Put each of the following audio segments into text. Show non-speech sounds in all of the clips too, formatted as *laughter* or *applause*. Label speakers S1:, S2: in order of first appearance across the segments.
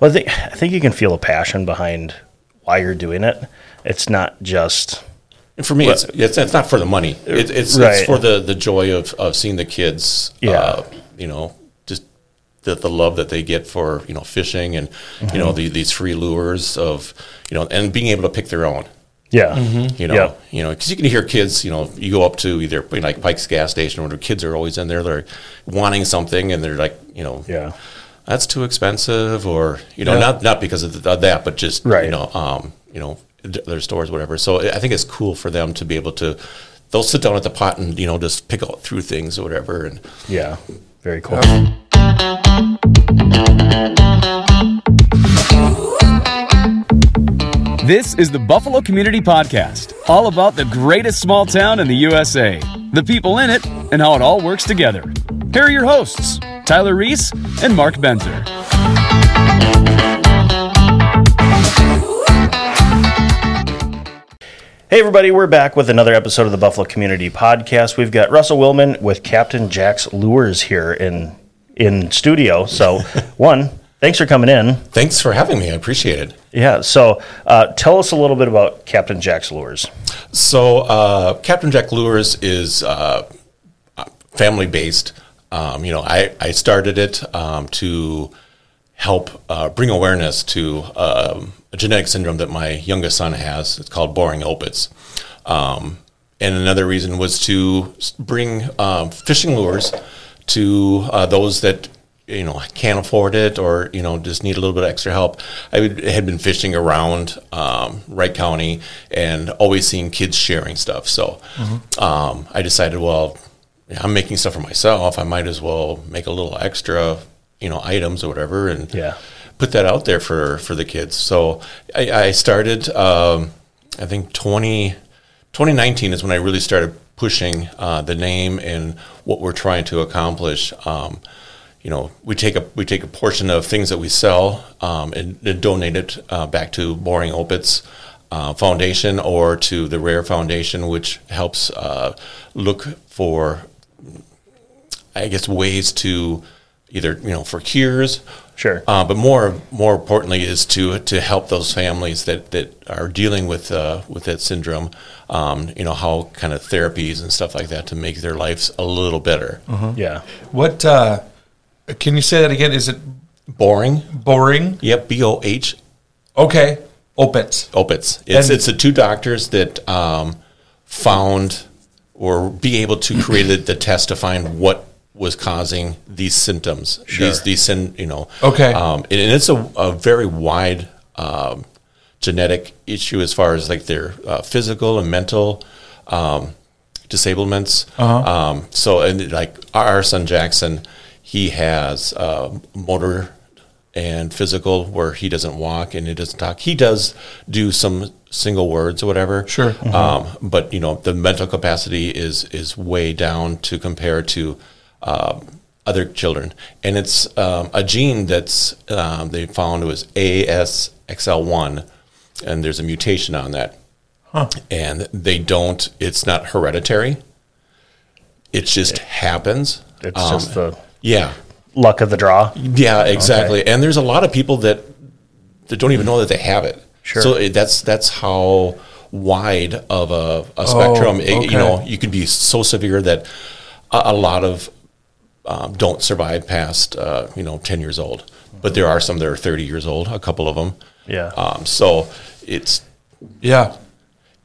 S1: Well, I think I think you can feel a passion behind why you're doing it. It's not just
S2: And for me, it's, it's it's not for the money. It, it's
S1: Right.
S2: it's for the the joy of of seeing the kids.
S1: Yeah.
S2: Uh, you know, just the the love that they get for you know fishing and you know the, these free lures of you know and being able to pick their own.
S1: yeah,
S2: You know,
S1: Yep.
S2: you know, because you can hear kids. You know, you go up to either you know, like Pike's gas station, where the kids are always in there. They're wanting something, and they're like, you know,
S1: yeah,
S2: that's too expensive or you know not not because of, th- of that but just
S1: Right.
S2: you know um you know d- their stores whatever so i I think it's cool for them to be able to they'll sit down at the pot and you know just pick out through things or whatever and
S1: yeah. Very cool.
S3: This is the Buffalo Community Podcast, all about the greatest small town in the USA, the people in it, and how it all works together. Here are your hosts, Tyler Reese and Mark Benzer.
S1: Hey, everybody, we're back with another episode of the Buffalo Community Podcast. We've got Russell Willman with Captain Jack's Lures here in in studio. *laughs* So, one, thanks for coming in.
S2: thanks for having me i appreciate it
S1: Yeah. So, uh, tell us a little bit about Captain Jack's Lures.
S2: So, uh, Captain Jack Lures is uh, family based. Um, you know, I, I started it um, to help uh, bring awareness to um, a genetic syndrome that my youngest son has. It's called boring opitz. Um, and another reason was to s- bring um, fishing lures to uh, those that you know can't afford it or you know just need a little bit of extra help. I would, had been fishing around um, Wright County and always seeing kids sharing stuff. So um, I decided, well, I'm making stuff for myself. I might as well make a little extra, you know, items or whatever, and
S1: Yeah.
S2: put that out there for for the kids. So I, I started. Um, I think 20, 2019 is when I really started pushing uh, the name and what we're trying to accomplish. Um, you know, we take a we take a portion of things that we sell um, and, and donate it uh, back to Boring Opitz uh, Foundation or to the Rare Foundation, which helps uh, look for I guess ways to either you know for cures,
S1: Sure.
S2: uh, but more more importantly is to to help those families that that are dealing with uh, with that syndrome. Um, you know how kind of therapies and stuff like that to make their lives a little better.
S1: Yeah.
S4: What uh, can you say that again? Is it
S2: Boring.
S4: boring?
S2: Yep. B O H
S4: Okay, opens.
S2: Opitz. It's
S4: And-
S2: it's the two doctors that um, found or be able to create the, the test to find what was causing these symptoms. These these syn, you know.
S4: Okay.
S2: Um, and, and it's a, a very wide um, genetic issue as far as like their uh, physical and mental um, disablements. Um, so and like our son Jackson, he has uh, motor and physical where he doesn't walk and he doesn't talk. He does do some single words or whatever.
S4: Sure.
S2: Um, but you know the mental capacity is is way down to compare to um, other children, and it's um, a gene that's um, they found was ASXL1, and there's a mutation on that, and they don't. It's not hereditary. It just happens.
S1: It's
S2: Um,
S1: just the
S2: yeah.
S1: luck of the draw.
S2: Yeah, exactly. And there's a lot of people that that don't even know that they have it.
S1: Sure.
S2: So it, that's that's how wide of a,
S1: Oh,
S2: a spectrum. It-
S4: okay.
S2: You know, you could be so severe that a, a lot of um, don't survive past uh, you know ten years old. But there are some that are thirty years old. A couple of them.
S1: Yeah.
S2: Um, so it's
S4: Yeah.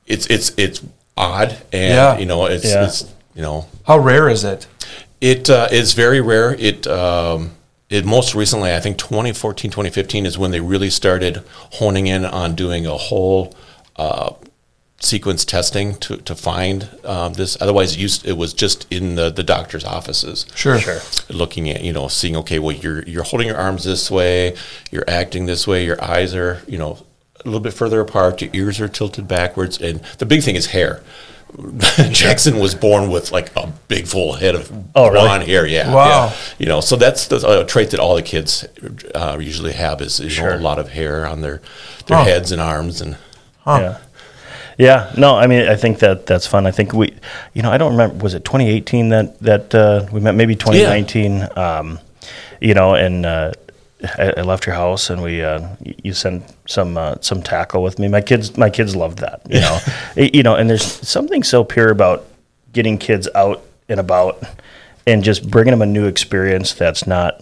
S2: it's it's it's odd, and
S4: Yeah.
S2: you know it's,
S1: Yeah.
S2: it's you know
S4: How rare is it?
S2: it uh, is very rare. It um, it most recently, I think 2014, 2015 is when they really started honing in on doing a whole uh, sequence testing to, to find um, this. Otherwise, it, used, it was just in the, the doctor's offices
S4: Sure.
S1: Sure.
S2: looking at you know seeing okay well you're you're holding your arms this way you're acting this way your eyes are you know a little bit further apart your ears are tilted backwards and the big thing is hair *laughs* Jackson was born with like a big full head of
S1: Oh, really?
S2: blonde hair yeah
S4: Wow.
S2: yeah. you know so that's the a trait that all the kids uh, usually have is you
S1: Sure.
S2: know a lot of hair on their their
S4: Huh.
S2: heads and arms and
S1: Yeah. Yeah, no, I mean, I think that that's fun. I think we, you know, I don't remember. Was it 2018 that that uh, we met? Maybe 2019. Um, you know, and uh, I, I left your house and we uh, y- you sent some uh, some tackle with me. My kids my kids loved that. You know, It- you know, and there's something so pure about getting kids out and about and just bringing them a new experience that's not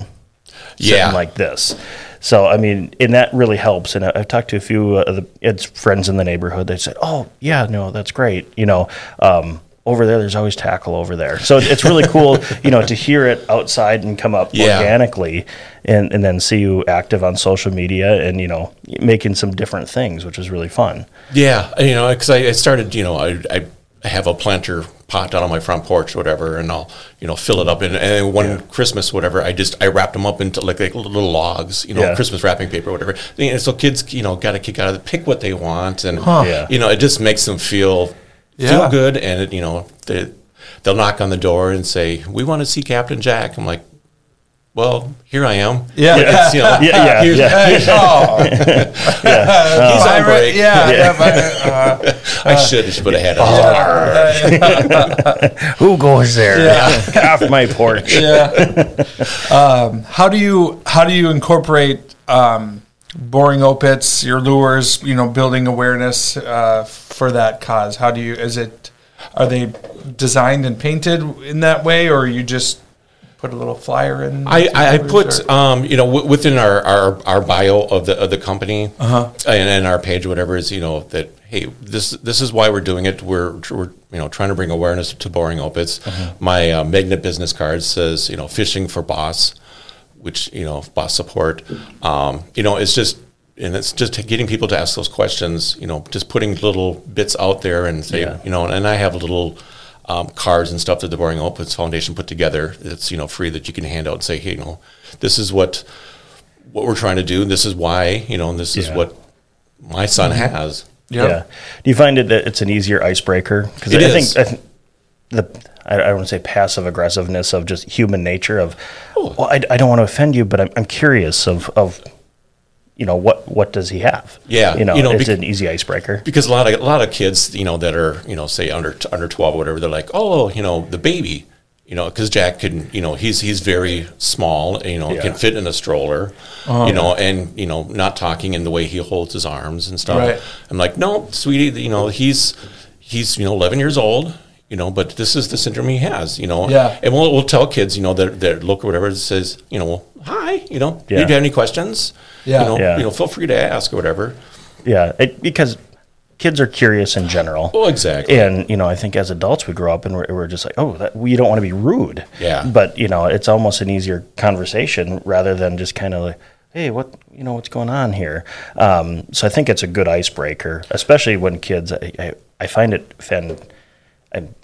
S1: sitting
S2: Yeah.
S1: like this. So I mean, and that really helps. And I, I've talked to a few uh, of the it's friends in the neighborhood. They said, "Oh yeah, no, that's great." You know, um, over there, there's always tackle over there. So it's really
S2: *laughs*
S1: cool, you know, to hear it outside and come up
S2: Yeah.
S1: organically, and and then see you active on social media and you know making some different things, which is really fun.
S2: Yeah, you know, because I, I started, you know, I, I have a planter pot out on my front porch, or whatever, and I'll, you know, fill it up. And, and one Christmas, whatever, I just I wrapped them up into like, like little logs, you know,
S1: Yeah.
S2: Christmas wrapping paper, whatever. And so kids, you know, got to kick out of the pick what they want, and
S1: Yeah.
S2: you know, it just makes them feel
S4: Yeah.
S2: feel good, and it, you know, they they'll knock on the door and say, "We want to see Captain Jack." I'm like, "Well, here I am."
S4: Yeah.
S2: It's, you know,
S1: *laughs* Yeah, yeah,
S2: *laughs* here's-
S1: yeah.
S4: *laughs*
S1: Uh,
S4: Hey, oh,
S2: He's on
S4: pirate,
S2: break.
S4: Yeah, yeah, pirate, uh,
S2: I should have put ahead of
S1: Uh,
S4: yeah, yeah,
S1: Who goes there? *laughs*
S4: Yeah.
S1: off my porch.
S4: yeah. Um, how do you how do you incorporate um, boring opits, your lures, you know, building awareness uh, for that cause? How do you is it are they designed and painted in that way, or you just put a little flyer in?
S2: I, I, I
S4: Or is
S2: put
S4: there-
S2: um, you know w- within our, our, our bio of the of the company and, and our page whatever is you know that hey this this is why we're doing it we're we're you know trying to bring awareness to boring opits my uh, magnet business card says you know fishing for boss which you know boss support um, you know it's just and it's just getting people to ask those questions you know just putting little bits out there and say
S1: Yeah.
S2: you know and I have a little um, cards and stuff that the Boring Opens Foundation put together. That's you know free that you can hand out and say, hey, you know, this is what what we're trying to do. This is why you know, and this is
S1: Yeah. Mm-hmm.
S2: what my son has.
S4: Yeah.
S1: Yeah. Do you find it that it's an easier icebreaker? Because I
S2: It
S1: think
S2: is.
S1: I think the I, I don't want to say passive aggressiveness of just human nature of
S2: Oh.
S1: well I, I don't want to offend you, but I'm, I'm curious of of you know what what does he have?
S2: Yeah,
S1: you know,
S2: you know,
S1: it's
S2: bec-
S1: an easy icebreaker.
S2: Because a lot of a lot of kids, you know, that are you know, say under under twelve, or whatever, they're like, oh, you know, the baby, you know, because Jack can, you know, he's he's very small, you know,
S1: Yeah.
S2: can fit in a stroller, you know, and you know, not talking in the way he holds his arms and stuff.
S4: Right.
S2: I'm like, no, sweetie, you know, he's he's you know 11 years old, you know, but this is the syndrome he has, you know.
S4: Yeah.
S2: And we'll, we'll tell kids, you know, that that look or whatever it says, you know, well, hi, you know, do you
S1: Yeah.
S2: have any questions?
S4: Yeah.
S2: You know,
S1: Yeah.
S2: you know, feel free to ask or whatever.
S1: Yeah, it, because kids are curious in general.
S2: Well, exactly.
S1: and you know, I think as adults we grow up and we're, we're just like, oh, that, we don't want to be rude.
S2: Yeah.
S1: But you know, it's almost an easier conversation rather than just kind of like, hey, what you know, what's going on here? Um, so I think it's a good icebreaker, especially when kids. I, I, I find it fan, I'm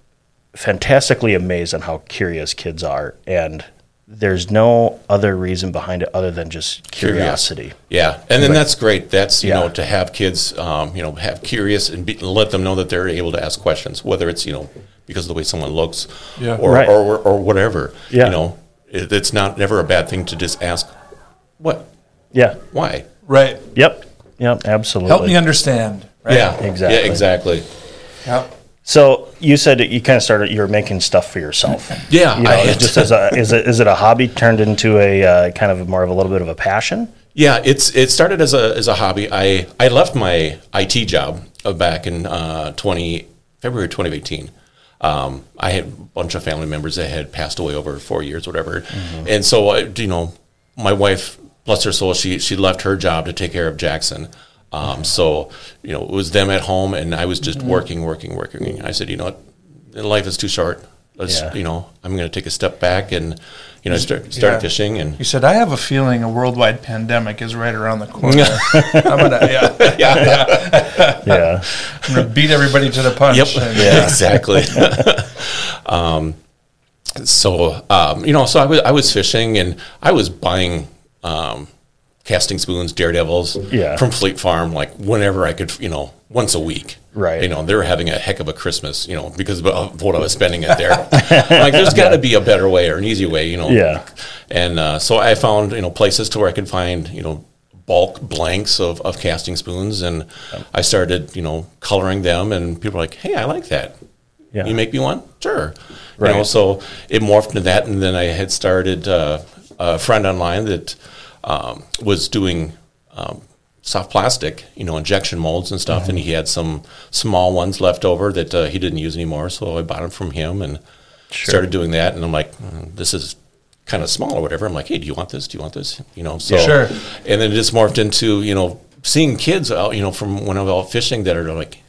S1: fantastically amazed on how curious kids are, and there's no other reason behind it other than just curiosity.
S2: Yeah, and then that's great. That's you know
S1: Yeah.
S2: to have kids, um, you know, have curious and be, let them know that they're able to ask questions, whether it's you know because of the way someone looks,
S4: Yeah.
S2: or,
S1: Right.
S2: or, or or whatever.
S1: Yeah.
S2: You know, it, it's not never a bad thing to just ask, what,
S1: Yeah.
S2: why?
S4: right.
S1: Yep. Yep. Absolutely.
S4: Help me understand. Right?
S2: Yeah,
S1: Exactly.
S2: Yeah, exactly.
S4: Yep.
S1: So you said that you kind of started. You're making stuff for yourself.
S2: Yeah,
S1: you know,
S2: I-
S1: it's just as a is it, is it a hobby turned into a uh, kind of more of a little bit of a passion?
S2: Yeah, it's it started as a as a hobby. I I left my IT job uh, back in uh, twenty February twenty eighteen. Um, I had a bunch of family members that had passed away over four years, whatever, and so I, you know, my wife, bless her soul, she she left her job to take care of Jackson. Um, so you know, it was them at home, and I was just working, working, working. And I said, you know what, life is too short. Let's
S1: Yeah.
S2: you know, I'm going to take a step back and you know start start
S4: Yeah.
S2: fishing and
S4: You said I have a feeling a worldwide pandemic is right around the corner. I'm gonna, yeah,
S1: Yeah,
S4: I'm gonna beat everybody to the punch.
S2: Yep.
S4: and-
S2: exactly. *laughs* um, so um, you know, so I was I was fishing and I was buying um, casting spoons, daredevils,
S1: Yeah.
S2: from Fleet Farm, like whenever I could, you know, once a week.
S1: Right.
S2: You know, they were having a heck of a Christmas, you know, because of what I was spending it there. *laughs* like, there's got to be a better way or an easy way, you know.
S1: Yeah.
S2: And uh, so I found, you know, places to where I could find, you know, bulk blanks of, of casting spoons. And I started, you know, coloring them. And people were like, hey, I like that.
S1: Yeah.
S2: You make me one? Sure. You know,
S1: Right.
S2: so it morphed into that. And then I had started uh, a friend online that um, was doing um, soft plastic, you know, injection molds and stuff, and he had some small ones left over that uh, he didn't use anymore. So I bought them from him and started doing that. And I'm like, "Mm, this is kind of small or whatever. I'm like, hey, do you want this? Do you want this? You know, so
S4: Sure.
S2: And then it just morphed into you know seeing kids out, you know, from when I was out fishing that are like,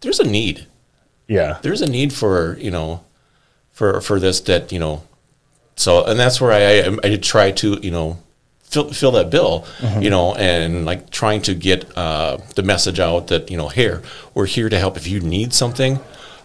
S2: there's a need
S1: Yeah.
S2: there's a need for you know for for this that you know so and that's where i i, I try to you know fill, fill that bill
S1: Mm-hmm.
S2: you know and like trying to get uh, the message out that you know here we're here to help if you need something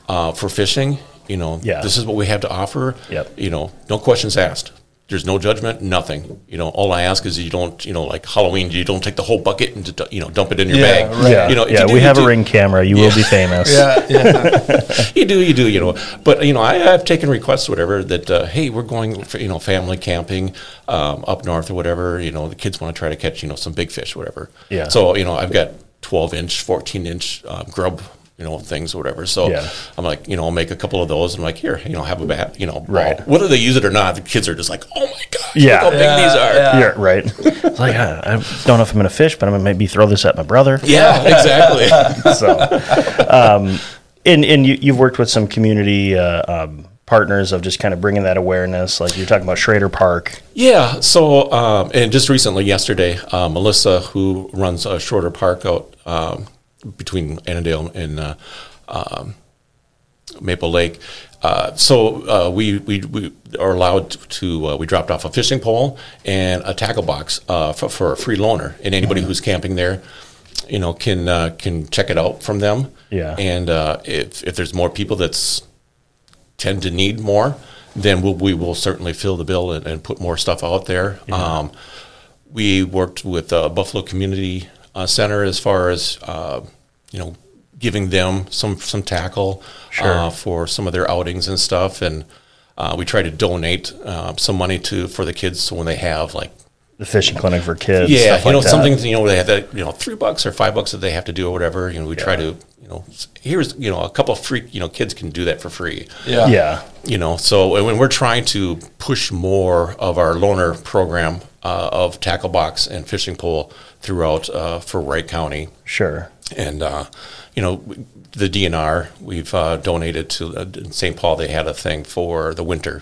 S2: uh, for fishing you know
S1: Yeah.
S2: this is what we have to offer
S1: Yep.
S2: you know no questions asked there's no judgment, nothing. You know, all I ask is you don't, you know, like Halloween, you don't take the whole bucket and, d- you know, dump it in your
S4: Yeah,
S2: bag.
S4: right.
S1: Yeah.
S2: You know, if
S1: yeah.
S2: you do,
S1: we
S2: you
S1: have a
S2: do.
S1: ring camera. You will be famous.
S4: Yeah, yeah.
S2: you do, you do, you know. But you know, I have taken requests, whatever. That uh, hey, we're going, for, you know, family camping um, up north or whatever. You know, the kids want to try to catch, you know, some big fish, whatever.
S1: Yeah.
S2: So you know, I've got twelve inch, fourteen inch uh, grub, you know, things or whatever. So
S1: Yeah.
S2: I'm like, you know, I'll make a couple of those. I'm like, here, you know, have a bat, you know, ball.
S1: Right.
S2: Whether they use it or not, the kids are just like, oh my god,
S1: Yeah.
S2: look how big
S4: Yeah,
S2: these are.
S4: yeah.
S1: You're right. It's like, uh, I don't know if I'm going to fish, but I'm going to maybe throw this at my brother.
S2: Yeah,
S1: *laughs*
S2: exactly.
S1: so, um, and and you, you've worked with some community uh, um, partners of just kind of bringing that awareness. Like you're talking about Schrader Park.
S2: Yeah. So, um, and just recently, yesterday, uh, Melissa, who runs a shorter park out um, between Annandale and uh, um, Maple Lake. Uh, so uh, we, we we are allowed to uh, we dropped off a fishing pole and a tackle box uh, for, for a free loaner, and anybody who's camping there, you know, can uh, can check it out from them.
S1: Yeah.
S2: And uh, if if there's more people that's tend to need more, then we'll, we will certainly fill the bill and, and put more stuff out there. Um, we worked with uh, Buffalo Community uh, Center as far as uh, you know giving them some some tackle uh, for some of their outings and stuff, and uh, we try to donate uh, some money to for the kids so when they have like
S1: The fishing clinic for kids.
S2: yeah,
S1: stuff
S2: you know,
S1: like that.
S2: something you know they have that you know three bucks or five bucks that they have to do or whatever. You know, we try to you know s- here's you know a couple of free you know kids can do that for free.
S4: Yeah.
S1: Yeah,
S2: You know, so and when we're trying to push more of our loaner program uh, of tackle box and fishing pole throughout uh, for Wright County,
S1: sure.
S2: and uh, you know the DNR, we've uh, donated to uh, in St. Paul. They had a thing for the winter,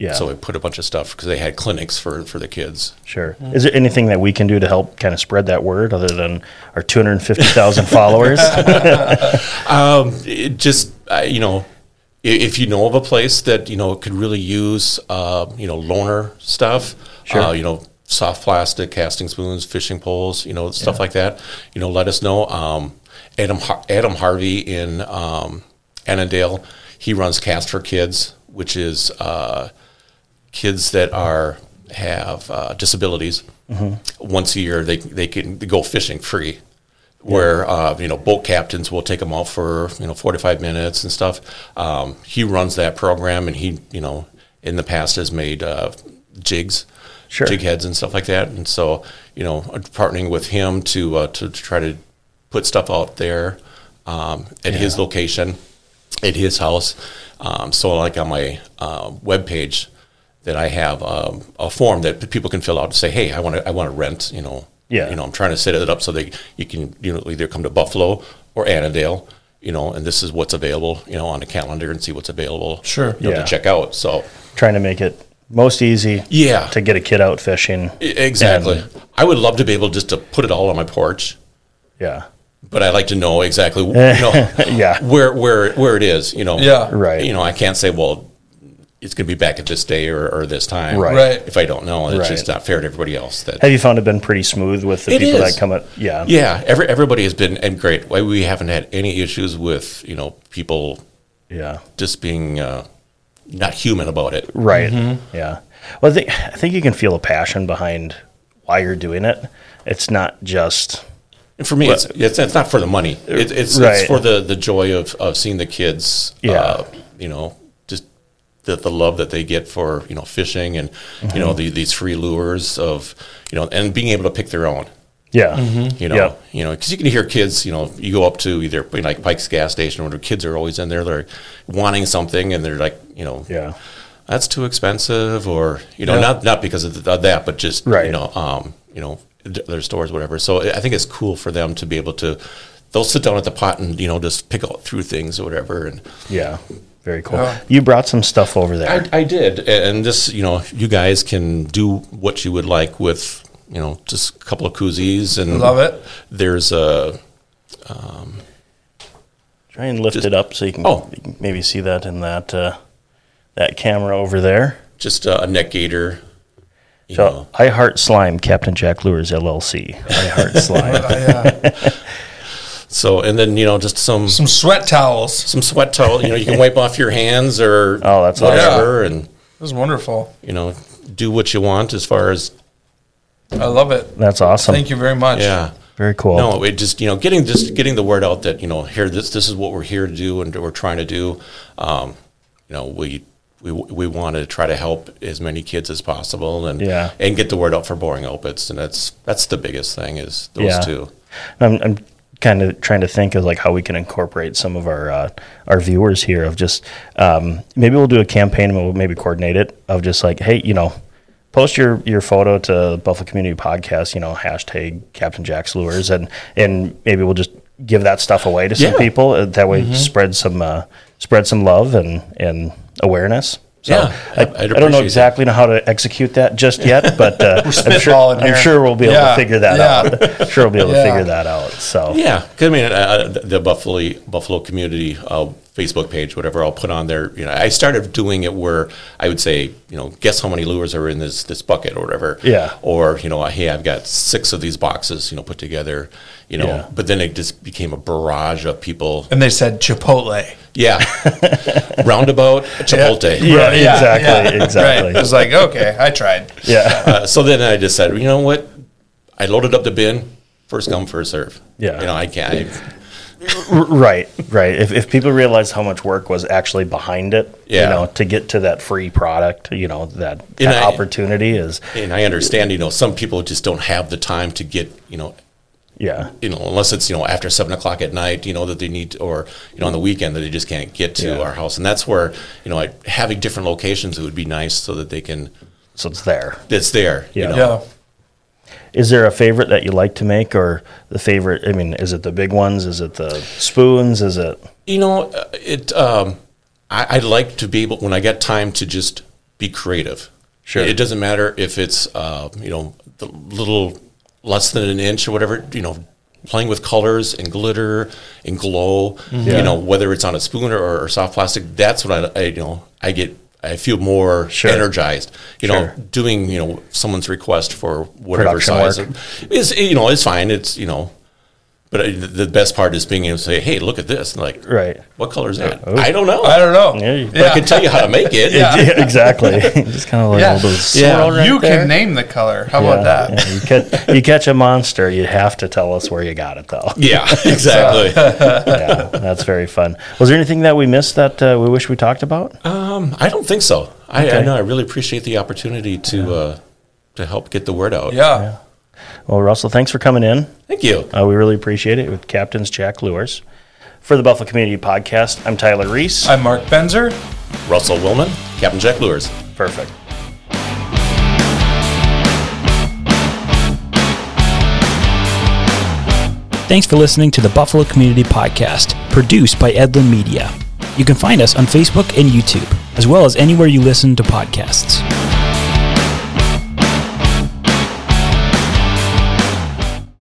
S1: Yeah.
S2: So we put a bunch of stuff because they had clinics for for the kids.
S1: Sure. Is there anything that we can do to help kind of spread that word other than our
S2: *laughs*
S1: 250,000 followers?
S2: it just uh, you know i- if you know of a place that you know could really use uh, you know loaner stuff uh, you know soft plastic casting spoons fishing poles you know stuff like that you know let us know um, adam Har- adam harvey in um, annandale he runs cast for kids which is uh, kids that are have uh, disabilities once a year they they can go fishing free where uh, you know boat captains will take them out for you know 45 minutes and stuff um, he runs that program and he you know in the past has made uh, jigs
S1: Sure.
S2: jig heads and stuff like that and so you know uh, partnering with him to uh, to, to try to put stuff out there um, at his location at his house. Um, so, like on my uh, webpage, that I have um, a form that people can fill out and say, "Hey, I want to, I want to rent." You know,
S1: Yeah.
S2: You know, I'm trying to set it up so they you can you know either come to Buffalo or Annandale. You know, and this is what's available. You know, on the calendar and see what's available.
S4: Sure.
S2: you know,
S1: Yeah.
S2: to check out. So
S1: Trying to make it most easy
S2: Yeah.
S1: to get a kid out fishing.
S2: e- exactly,
S1: And-
S2: I would love to be able just to put it all on my porch.
S1: yeah.
S2: but I like to know exactly you know,
S1: Yeah.
S2: where where where it is. You know,
S4: Yeah.
S1: Right.
S2: You know, I can't say well, it's going to be back at this day or, or this time,
S1: Right.
S4: Right.
S2: If I don't know, it's
S1: Right.
S2: just not fair to everybody else. That
S1: Have you found it been pretty smooth with the
S2: It
S1: people
S2: is.
S1: that come up? Yeah.
S2: yeah, every, everybody has been and great. Why we haven't had any issues with you know people
S1: Yeah.
S2: just being uh, not human about it.
S1: Right.
S2: Mm-hmm.
S1: Yeah. Well, I think I think you can feel a passion behind why you're doing it. It's not just
S2: And for me, it's, it's it's not for the money. It, it's
S1: Right.
S2: it's for the the joy of of seeing the kids. uh,
S1: Yeah.
S2: you know, just the the love that they get for you know fishing and you
S1: Mm-hmm.
S2: know the, these free lures of you know and being able to pick their own.
S1: yeah,
S2: You know,
S1: Yep.
S2: you know, because you can hear kids. You know, you go up to either you know, like Pike's gas station, where the kids are always in there. They're wanting something, and they're like, you know,
S1: yeah,
S2: that's too expensive, or you know, not not because of, th- of that, but just
S1: Right.
S2: you know, um, you know, d- their stores, whatever. So I I think it's cool for them to be able to. They'll sit down at the pot and you know just pick out through things or whatever, and
S1: Yeah. Very cool. You brought some stuff over there.
S2: Uh, I, I did, a- and this, you know, you guys can do what you would like with, you know, just a couple of koozies and
S4: Love it.
S2: There's a
S1: Try and lift it up so you can
S2: Oh.
S1: you can maybe see that in that uh, that camera over there.
S2: just a neck gator. You
S1: So
S2: know,
S1: I heart slime, Captain Jack Lures LLC. I heart
S4: *laughs*
S1: slime.
S4: yeah.
S2: so and then you know just some some,
S4: Some sweat towels.
S2: sweat towel. You know, you can wipe off your hands or
S1: Oh, that's
S2: whatever, and
S4: It was wonderful.
S2: you know, do what you want as far as
S4: I love it.
S1: That's awesome.
S4: Thank you very much.
S2: yeah.
S1: Very cool.
S2: No, it just you know getting just getting the word out that you know here this this is what we're here to do and we're trying to do. Um, you know we we we want to try to help as many kids as possible and
S1: Yeah.
S2: and get the word out for boring opits and that's that's the biggest thing is those
S1: Yeah.
S2: two.
S1: I'm, I'm kind of trying to think of like how we can incorporate some of our uh, our viewers here of just um, maybe we'll do a campaign and we'll maybe coordinate it of just like hey you know post your your photo to Buffalo Community Podcast you know hashtag Captain Jack's Lures and and maybe we'll just give that stuff away to some
S2: Yeah. Mm-hmm.
S1: people Uh, that way spread some uh, spread some love and and awareness. So
S2: Yeah,
S1: I,
S2: I'd
S1: I don't know
S2: appreciate that.
S1: exactly know how to execute that just yet, but uh,
S2: *laughs*
S1: I'm, sure,
S4: spitballing
S1: I'm
S4: here.
S1: sure we'll be able
S4: Yeah,
S1: to figure that
S4: yeah.
S1: out *laughs* sure we'll be able
S4: Yeah.
S1: to figure that out. So
S2: Yeah, 'cause, I mean uh, the Buffalo Buffalo community uh, Facebook page, whatever I'll put on there. You know, I started doing it where I would say, you know, guess how many lures are in this this bucket or whatever.
S1: Yeah.
S2: Or you know, hey, I've got six of these boxes, you know, put together. You know,
S1: Yeah.
S2: but then it just became a barrage of people.
S4: And they said Chipotle.
S1: *laughs*
S2: Yeah. Roundabout Chipotle.
S1: Yeah, exactly, exactly.
S4: Right. It was like, okay, I tried.
S1: yeah,
S2: Uh, so then I just said, you know what? I loaded up the bin. First come, first serve.
S1: Yeah.
S2: You know, I can't. I-
S1: R- right, right. If, if people realize how much work was actually behind it,
S2: Yeah.
S1: you know, to get to that free product, you know, that,
S2: And
S1: that
S2: I-
S1: opportunity is,
S2: and I understand, you know, some people just don't have the time to get, you know,
S1: yeah,
S2: you know, unless it's you know after seven o'clock at night, you know that they need, or you know on the weekend that they just can't get to
S1: Yeah.
S2: our house, and that's where you know like, having different locations it would be nice so that they can
S1: so it's there.
S2: it's there.
S1: Yeah.
S2: You know?
S4: Yeah.
S1: Is there a favorite that you like to make, or the favorite? I mean, is it the big ones? Is it the spoons? Is
S2: *laughs*
S1: it
S2: you know, uh, it. Um, I, I like to be able when I get time to just be creative.
S1: Sure.
S2: It, it doesn't matter if it's uh, you know the little less than an inch or whatever. You know, playing with colors and glitter and glow.
S1: Mm-hmm. Yeah.
S2: You know, whether it's on a spoon or, or soft plastic. That's what I, I you know I get. I feel more
S1: Sure.
S2: energized. You
S1: Sure.
S2: know, doing you know someone's request for whatever
S1: Production
S2: size
S1: work.
S2: is you know it's fine. It's you know but uh, the the best part is being able to say, "Hey, look at this!" And like,
S1: Right. Oh,
S2: What color is that? I don't know.
S4: I don't know.
S1: Yeah, you-
S2: But I can tell you how to make it.
S1: *laughs* Yeah,
S2: *laughs*
S1: exactly? Just kind of like all those.
S2: Yeah.
S4: you can name the color. How
S1: Yeah,
S4: about that?
S1: yeah. You, catch, you catch a monster, you have to tell us where you got it, though.
S2: Yeah, *laughs*
S1: *laughs*
S2: exactly.
S1: Uh, yeah, that's very fun. Was there anything that we missed that uh, we wish we talked about?
S2: um, I don't think so. I, I
S1: Okay.
S2: know. I really appreciate the opportunity to uh, to help get the word out.
S4: Yeah.
S1: Well, Russell, thanks for coming in.
S2: Thank you.
S1: Uh, we really appreciate it with Captain's Jack Lures. For the Buffalo Community Podcast, I'm Tyler Reese.
S4: I'm Mark Benzer.
S2: Russell Willman, Captain Jack Lures.
S1: Perfect.
S5: Thanks for listening to the Buffalo Community Podcast, produced by Edlin Media. You can find us on Facebook and YouTube, as well as anywhere you listen to podcasts.